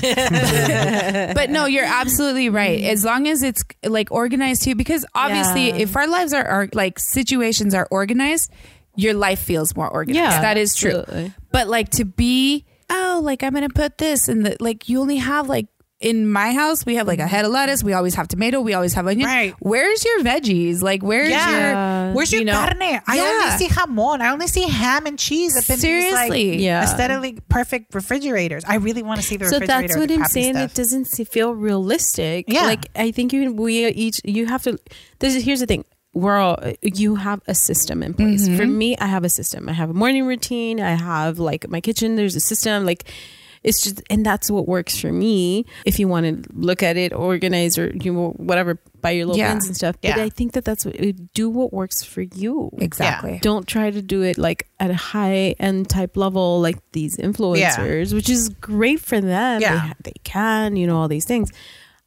Speaker 4: but no you're absolutely right as long as it's like organized too because obviously
Speaker 2: Yeah.
Speaker 4: if our lives are, are like situations are organized your life feels more organized
Speaker 2: Yeah,
Speaker 4: that is true
Speaker 2: absolutely.
Speaker 4: but like to be oh like i'm gonna put this and the, like you only have like in my house we have like a head of lettuce we always have tomato we always have onion
Speaker 1: Right.
Speaker 4: where's your veggies like where's
Speaker 1: Yeah.
Speaker 4: your
Speaker 1: Where's your
Speaker 4: you know-
Speaker 1: carne? I
Speaker 4: Yeah.
Speaker 1: only see jamon. I only see ham and cheese up in these like,
Speaker 4: seriously
Speaker 2: Yeah.
Speaker 1: aesthetically perfect refrigerators. I really want to see the
Speaker 2: so
Speaker 1: refrigerator.
Speaker 2: that's
Speaker 1: with
Speaker 2: what
Speaker 1: the
Speaker 2: I'm
Speaker 1: crappy
Speaker 2: saying.
Speaker 1: stuff.
Speaker 2: It doesn't se- feel realistic.
Speaker 1: Yeah.
Speaker 2: Like I think you we each you have to. This is here's the thing. We're all you have a system in place. For
Speaker 1: Mm-hmm.
Speaker 2: me, I have a system. I have a morning routine. I have like my kitchen. There's a system. Like it's just and that's what works for me. If you want to look at it, organize or you know, whatever, buy your little
Speaker 4: Yeah.
Speaker 2: bins and stuff. But
Speaker 1: Yeah.
Speaker 2: I think that that's what do what works for you.
Speaker 4: exactly
Speaker 2: Don't try to do it like at a high end type level, like these influencers, which is great for them.
Speaker 1: Yeah.
Speaker 2: They, they can, you know, all these things.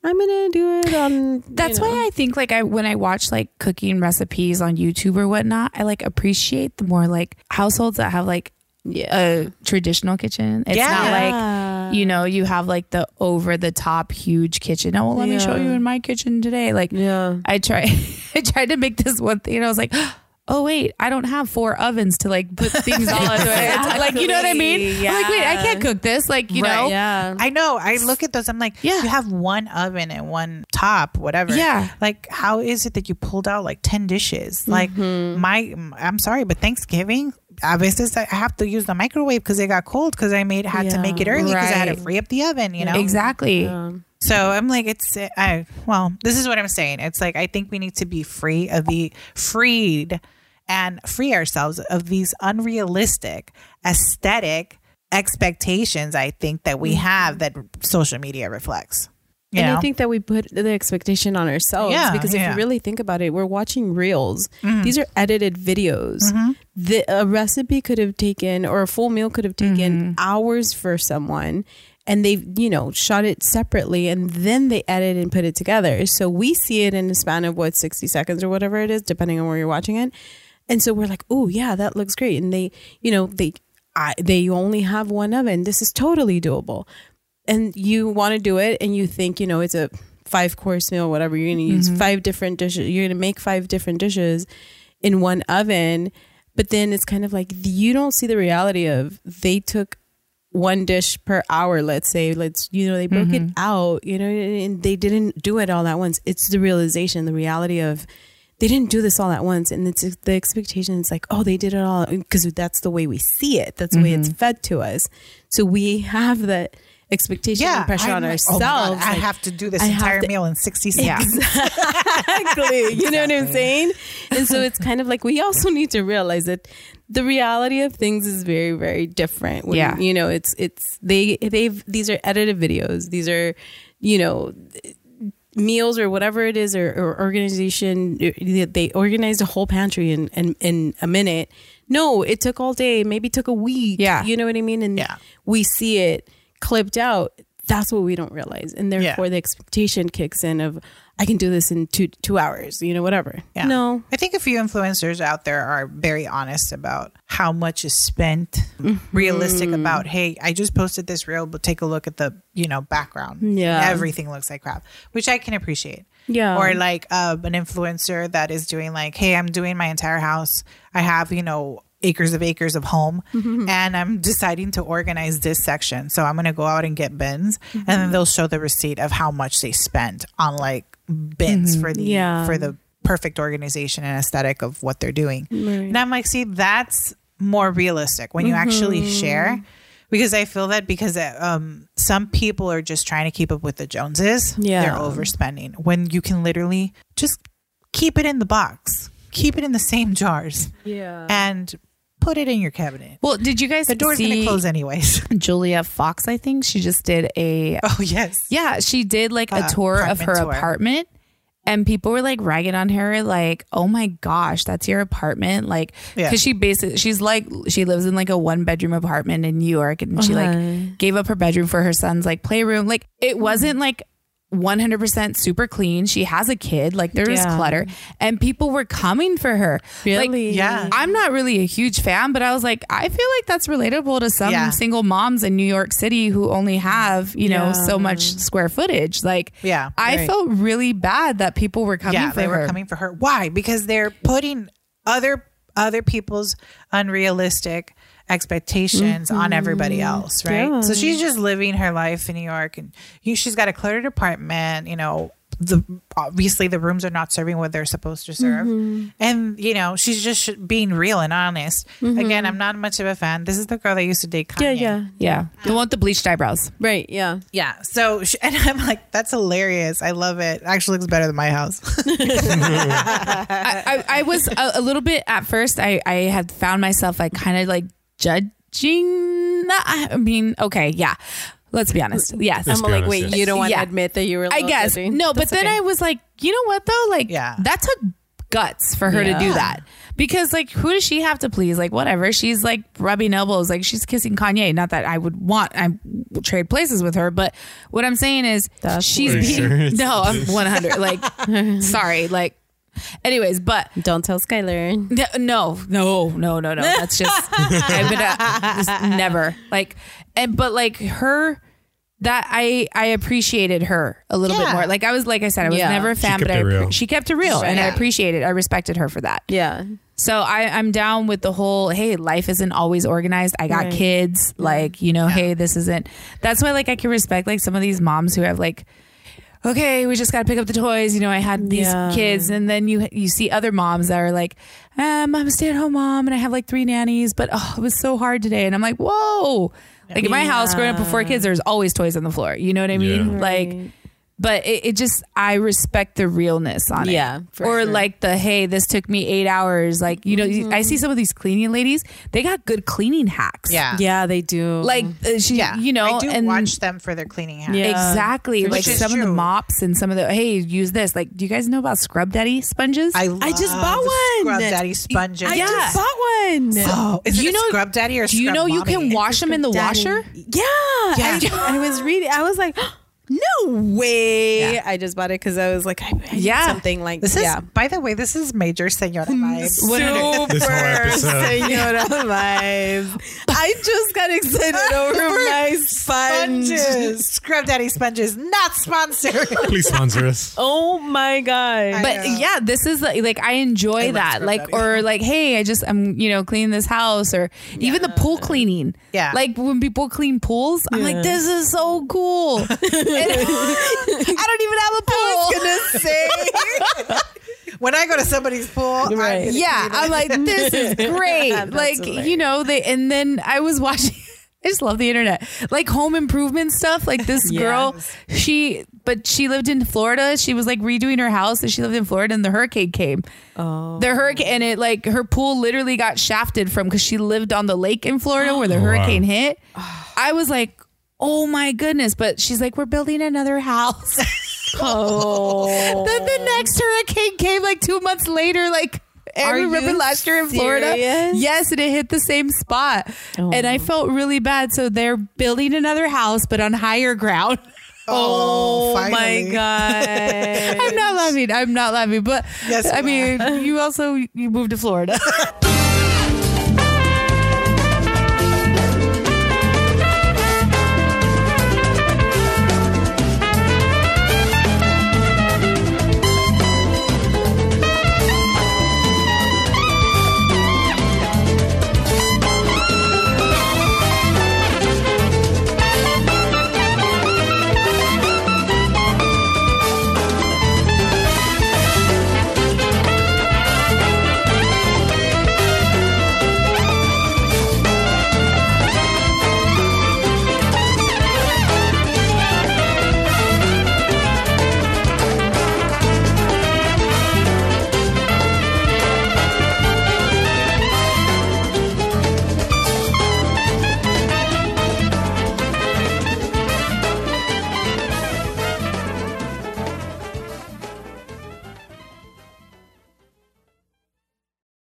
Speaker 2: I'm gonna do it on.
Speaker 4: That's why I think like I when I watch like cooking recipes on YouTube or whatnot, I like appreciate the more like households that have like a traditional kitchen. It's not
Speaker 2: Yeah.
Speaker 4: like you know, you have like the over the top huge kitchen. Oh well let me show
Speaker 2: Yeah.
Speaker 4: you in my kitchen today. Like
Speaker 2: Yeah.
Speaker 4: I try I tried to make this one thing and I was like Oh wait, I don't have four ovens to like put things all into it. Like you know what I mean? I'm like wait, I can't cook this. Like you
Speaker 1: Right,
Speaker 4: know,
Speaker 2: Yeah.
Speaker 1: I know. I look at those. I'm like,
Speaker 4: Yeah.
Speaker 1: you have one oven and one top, whatever.
Speaker 4: Yeah.
Speaker 1: Like, how is it that you pulled out like 10 dishes? Like,
Speaker 4: Mm-hmm.
Speaker 1: my, I'm sorry, but Thanksgiving, I veces I have to use the microwave because it got cold because I made, had to make it
Speaker 2: Yeah.
Speaker 1: early because I had
Speaker 4: Right.
Speaker 1: to free up the oven, you know?
Speaker 4: exactly.
Speaker 2: Um,
Speaker 1: So I'm like, it's, I, well, this is what I'm saying. It's like, I think we need to be free of the, freed and free ourselves of these unrealistic aesthetic expectations, I think, that we have that social media reflects. You
Speaker 2: Mm-hmm. and
Speaker 1: know?
Speaker 2: I think that we put the expectation on ourselves
Speaker 1: Yeah,
Speaker 2: because if
Speaker 1: yeah. Mm.
Speaker 2: you really think about it, we're watching reels. These are edited videos.
Speaker 1: Mm-hmm.
Speaker 2: The a recipe could have taken or a full meal could have
Speaker 1: Mm-hmm.
Speaker 2: taken hours for someone and they, you know, shot it separately and then they edit and put it together. So we see it in the span of what 60 seconds or whatever it is depending on where you're watching it. And so we're like, "Oh, yeah, that looks great." And they, you know, they I, they only have one oven. This is totally doable and you want to do it and you think you know it's a five course meal whatever you're going to use five different dishes you're going to make five different dishes in one oven but then it's kind of like you don't see the reality of they took one dish per hour let's say let's you know they broke it out you know and they didn't do it all at once it's the realization the reality of they didn't do this all at once and it's the expectation is like oh they did it all because that's the way we see it that's the way
Speaker 1: Mm-hmm.
Speaker 2: it's fed to us so we have that expectation and pressure on
Speaker 1: I'm like,
Speaker 2: ourselves
Speaker 1: "Oh my God, I
Speaker 2: Like,
Speaker 1: have to do this
Speaker 2: I have
Speaker 1: entire
Speaker 2: to-
Speaker 1: meal in 60 seconds.
Speaker 2: exactly. You know what I'm saying? And so it's kind of like we also need to realize that the reality of things is very, very different. When,
Speaker 4: Yeah.
Speaker 2: You know, it's it's they they've these are edited videos. These are, you know, meals or whatever it is or, or organization they organized a whole pantry in, in in a minute no it took all day maybe took a week
Speaker 4: Yeah.
Speaker 2: you know what i mean and
Speaker 1: Yeah.
Speaker 2: we see it clipped out that's what we don't realize and
Speaker 1: Yeah.
Speaker 2: therefore the expectation kicks in of I can do this in two two hours, you know, whatever.
Speaker 1: Yeah.
Speaker 2: No.
Speaker 1: I think a few influencers out there are very honest about how much is spent,
Speaker 2: Mm-hmm.
Speaker 1: realistic about, hey, I just posted this reel, but take a look at the, you know, background.
Speaker 2: Yeah.
Speaker 1: Everything looks like crap, which I can appreciate.
Speaker 2: Yeah.
Speaker 1: Or like uh, an influencer that is doing like, hey, I'm doing my entire house. I have, you know, acres of acres of home
Speaker 2: Mm-hmm.
Speaker 1: and I'm deciding to organize this section. So I'm going to go out and get bins and
Speaker 2: Mm-hmm.
Speaker 1: then they'll show the receipt of how much they spent on like bins for the
Speaker 2: Mm-hmm. Yeah.
Speaker 1: for the perfect organization and aesthetic of what they're doing. And I'm like, see, that's more realistic when you actually
Speaker 2: Mm-hmm.
Speaker 1: share because I feel that because uh, um, some people are just trying to keep up with the Joneses.
Speaker 2: Yeah.
Speaker 1: They're overspending when you can literally just keep it in the box, keep it in the same jars,
Speaker 2: Yeah.
Speaker 1: and put it in your cabinet.
Speaker 4: Well, did you guys
Speaker 1: The door's going to
Speaker 4: see
Speaker 1: close anyways.
Speaker 4: Julia Fox? I think she just did a
Speaker 1: Oh, yes.
Speaker 4: yeah. She did like a
Speaker 1: Uh,
Speaker 4: tour of her
Speaker 1: apartment tour.
Speaker 4: apartment, and people were like ragging on her, like, "Oh my gosh, that's your apartment!" Like,
Speaker 1: Yeah.
Speaker 4: because she basically she's like she lives in like a one bedroom apartment in New York, and she
Speaker 2: Uh-huh.
Speaker 4: like gave up her bedroom for her son's like playroom. Like, it
Speaker 1: Mm-hmm.
Speaker 4: wasn't like. 100% super clean. She has a kid. Like there was
Speaker 2: Yeah.
Speaker 4: clutter and people were coming for her. Like,
Speaker 2: Really?
Speaker 1: Yeah.
Speaker 4: I'm not really a huge fan, but I was like, I feel like that's relatable to some
Speaker 1: Yeah.
Speaker 4: single moms in New York City who only have, you know, so much square footage. Like,
Speaker 1: Mm-hmm. Yeah.
Speaker 4: I
Speaker 2: Right.
Speaker 4: felt really bad that people were coming
Speaker 1: yeah,
Speaker 4: for
Speaker 1: they
Speaker 4: her.
Speaker 1: were coming for her. Why? Because they're putting other other people's unrealistic expectations on everybody else, right?
Speaker 2: Yeah.
Speaker 1: So she's just living her life in New York, and you, she's got a cluttered apartment. You know, the obviously the rooms are not serving what they're supposed to serve, and you know she's just sh- being real and honest. Again, I'm not much of a fan. This is the girl that used to date Kanye.
Speaker 2: Yeah, yeah.
Speaker 4: yeah. The one with the bleached eyebrows.
Speaker 2: Right, yeah.
Speaker 1: Yeah. So, she, and I'm like, that's hilarious. I love it. Actually, looks better than my house.
Speaker 4: I, I, I was a, a little bit at first, I, I had found myself like kind of like judging. I mean, okay, yeah. Let's be honest. Yes.
Speaker 3: Let's
Speaker 2: I'm
Speaker 3: be
Speaker 2: like,
Speaker 3: honest,
Speaker 2: wait,
Speaker 3: yes.
Speaker 2: you don't want to
Speaker 4: Yeah.
Speaker 2: admit that you were. a
Speaker 4: I
Speaker 2: little
Speaker 4: guess.
Speaker 2: judgy?
Speaker 4: No, but
Speaker 2: That's
Speaker 4: then
Speaker 2: okay.
Speaker 4: I was like, you know what though? Like
Speaker 1: Yeah.
Speaker 4: that took guts for her to do
Speaker 2: Yeah.
Speaker 4: that. Because like who does she have to please? Like whatever. She's like rubbing elbows, like she's kissing Kanye. Not that I would want I would trade places with her, but what I'm saying is
Speaker 2: That's
Speaker 4: she's
Speaker 3: weird.
Speaker 4: being
Speaker 3: Are you sure?
Speaker 4: No, I'm 100. like sorry, like anyways, but
Speaker 2: Don't tell Skylar.
Speaker 4: no, no, no, no, no. no. That's just I've been a, just never like, and but like her that I I appreciated her a little
Speaker 1: Yeah.
Speaker 4: bit more. Like I was like I said, I was
Speaker 2: Yeah.
Speaker 4: never a fan,
Speaker 3: kept
Speaker 4: but I
Speaker 3: it real.
Speaker 4: appre- she kept it real, and I
Speaker 1: Yeah.
Speaker 4: appreciated, I respected her for that.
Speaker 2: Yeah.
Speaker 4: So I I'm down with the whole hey, life isn't always organized. I got
Speaker 2: Right.
Speaker 4: kids, like you know, hey, this isn't. That's why like I can respect like some of these moms who have like okay, we just got to pick up the toys. You know, I had these
Speaker 2: Yeah.
Speaker 4: kids, and then you you see other moms that are like, um, I'm a stay at home mom, and I have like three nannies, but oh, it was so hard today. And I'm like, whoa, like in my house growing up with four kids, there's always toys on the floor. You know what I mean?
Speaker 3: Yeah.
Speaker 4: Like. But it, it just, I respect the realness on it.
Speaker 2: Yeah, for
Speaker 4: Or
Speaker 2: sure.
Speaker 4: like the, hey, this took me eight hours. Like, you know, I see some of these cleaning ladies, they got good cleaning hacks.
Speaker 1: Mm-hmm. Yeah. Mm-hmm.
Speaker 2: Yeah, they do.
Speaker 4: Like, uh, she,
Speaker 1: Yeah,
Speaker 4: you know,
Speaker 1: I do
Speaker 4: and
Speaker 1: watch them for their cleaning hacks.
Speaker 2: Yeah.
Speaker 4: Exactly.
Speaker 2: Which
Speaker 4: Like
Speaker 1: is
Speaker 4: some of the
Speaker 1: true.
Speaker 4: mops and some of the hey, use this. Like, do you guys know about Scrub Daddy sponges?
Speaker 1: I,
Speaker 2: I just
Speaker 1: love
Speaker 2: bought one.
Speaker 1: Scrub Daddy sponges.
Speaker 2: I
Speaker 4: Yeah.
Speaker 2: just bought one.
Speaker 1: Oh, is
Speaker 4: You
Speaker 1: it a
Speaker 4: know-
Speaker 1: Scrub Daddy or
Speaker 4: do you
Speaker 1: Scrub
Speaker 4: know you can
Speaker 1: Mommy?
Speaker 4: wash them in the washer?
Speaker 2: Yeah.
Speaker 1: Yeah.
Speaker 2: I, I was reading. I was like, no way. I just bought it because I was like, I, I need
Speaker 4: Yeah.
Speaker 2: something like
Speaker 1: This is,
Speaker 2: yeah.
Speaker 1: by the way, this is major senora vibes.
Speaker 3: This whole episode.
Speaker 2: senora vibes. I just got excited over my sponge.
Speaker 1: Sponges, Scrub Daddy sponges, not sponsored.
Speaker 3: Please sponsor us.
Speaker 2: Oh my god!
Speaker 4: But
Speaker 1: Yeah.
Speaker 4: yeah, this is like, like I enjoy that.
Speaker 1: Scrub
Speaker 4: Like
Speaker 1: Daddy.
Speaker 4: or like, hey, I just I'm you know cleaning this house or even the pool cleaning.
Speaker 1: Yeah.
Speaker 4: like when people clean pools, I'm like, this is so cool. And- I don't even have a pool.
Speaker 1: when I go to somebody's pool, I'm
Speaker 2: Right.
Speaker 1: gonna
Speaker 4: yeah, I'm like, this is great.
Speaker 2: That's
Speaker 4: like, you know, they and then I was watching. I just love the internet, like home improvement stuff. Like this girl, she but she lived in Florida. She was like redoing her house, and she lived in Florida, and the hurricane came. Oh, the hurricane, and it like her pool literally got shafted from because she lived on the lake in Florida where the
Speaker 3: wow.
Speaker 4: hurricane hit. I was like, oh my goodness! But she's like, we're building another house.
Speaker 2: Oh,
Speaker 4: Then the next hurricane came like two months later, like I
Speaker 2: Are
Speaker 4: remember
Speaker 2: you
Speaker 4: last year in Florida.
Speaker 2: serious? Oh.
Speaker 4: Yes, and it hit the same spot. And I felt really bad. So they're building another house, but on higher ground.
Speaker 1: Oh,
Speaker 2: my
Speaker 1: finally.
Speaker 2: god.
Speaker 4: I'm not laughing. I'm not laughing. But
Speaker 1: Yes,
Speaker 4: I
Speaker 1: you
Speaker 4: mean, you also you moved to Florida.